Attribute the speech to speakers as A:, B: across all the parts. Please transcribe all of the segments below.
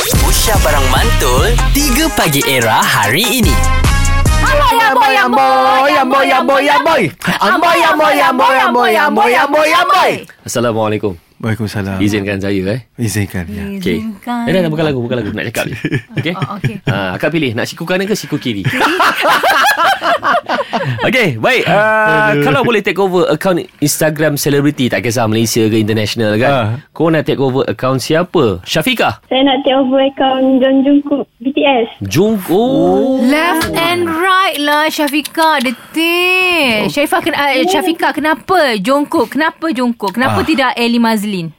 A: Aisyah Barang Mantul 3 Pagi Era hari ini
B: Amboy, amboy, amboy, amboy, amboy. Amboy, amboy, amboy, amboy, amboy, amboy, amboy.
C: Assalamualaikum.
D: Waalaikumsalam.
C: Izinkan saya eh.
D: Izinkan ya.
B: Hmm.
C: Okey. Eh, dah, dah bukan lagu, bukan lagu nak cakap ni. Okey.
B: Oh, okey.
C: Ha, akak pilih nak siku kanan ke siku kiri? Okey, baik. Uh, kalau boleh take over account Instagram celebrity tak kisah Malaysia ke international kan.
D: Ah.
C: Kau nak take over account siapa? Syafiqah.
E: Saya nak take over account John Jungkook BTS.
C: Jung. Oh.
B: Left and right lah Syafiqah Detik Syafiqah, ken- uh, Syafiqah kenapa Jongkok Kenapa Jongkok Kenapa tidak Ellie Mazlin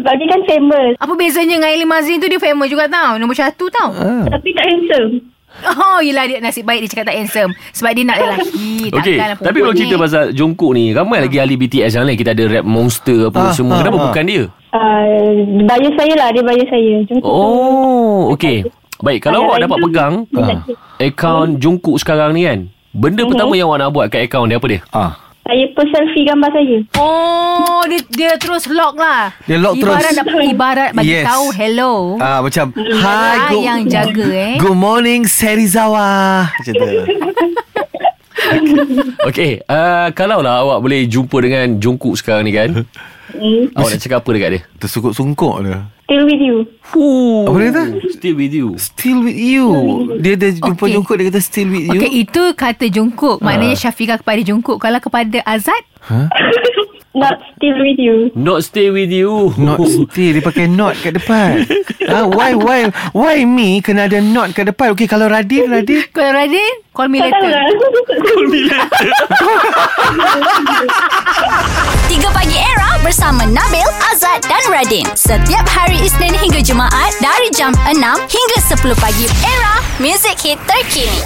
E: Sebab dia kan famous.
B: Apa bezanya dengan Ellie Mazlin tu Dia famous juga tau Nombor satu tau
E: Tapi tak handsome.
B: Oh yelah dia nasib baik Dia cakap tak handsome Sebab dia nak lelaki
C: Okey,
B: Takkanlah
C: tapi kalau
B: perempuan
C: cerita
B: ni.
C: pasal Jungkook ni, ramai lagi ahli BTS yang lain. Kita ada rap monster apa
D: Ah,
C: semua.
D: ah,
C: Kenapa
D: ah.
C: bukan dia?
E: Uh, bayar saya lah. Dia bayar saya. Jungkook
C: Oh, okey. Baik, kalau
E: Ada
C: awak
E: lagi.
C: dapat pegang
E: Ah.
C: akaun Jungkook sekarang ni kan, benda pertama yang awak nak buat kat akaun dia apa dia?
D: Ah.
E: Saya post selfie gambar saya.
B: Oh dia, dia terus lock lah
D: Dia lock terus.
B: ibarat Dapat, ibarat bagi
D: Yes.
B: tahu hello
D: Ah macam
B: Hai
D: hi good,
B: yang jaga eh
D: good morning Serizawa. Macam tu.
C: Okey, uh, kalaulah awak boleh jumpa dengan Jungkook sekarang ni kan,
E: Hmm.
C: awak nak cakap apa dekat dia?
D: Tersungkuk-sungkuk dia.
E: Still with you.
C: Fuh,
D: Apa dia tu?
C: Still with you.
D: Still with you. Dia dia jumpa
B: Okay.
D: jungkuk dia kata still with you.
B: Okey itu kata Jungkook Maknanya Syafiqah kepada Jungkook Kalau kepada Azad
E: Not still with you.
C: Not stay with you.
D: Not still Dia pakai not kat depan ah, Why why Why me Kena ada not kat depan Okay kalau Radin Radin
B: Kalau Radin Call me
E: Tak tahu
B: later
E: lah.
F: 3 Pagi Era bersama Nabil, Azad dan Radin. Setiap hari Isnin hingga Jumaat dari jam 6 hingga 10 pagi. Era, music hit terkini.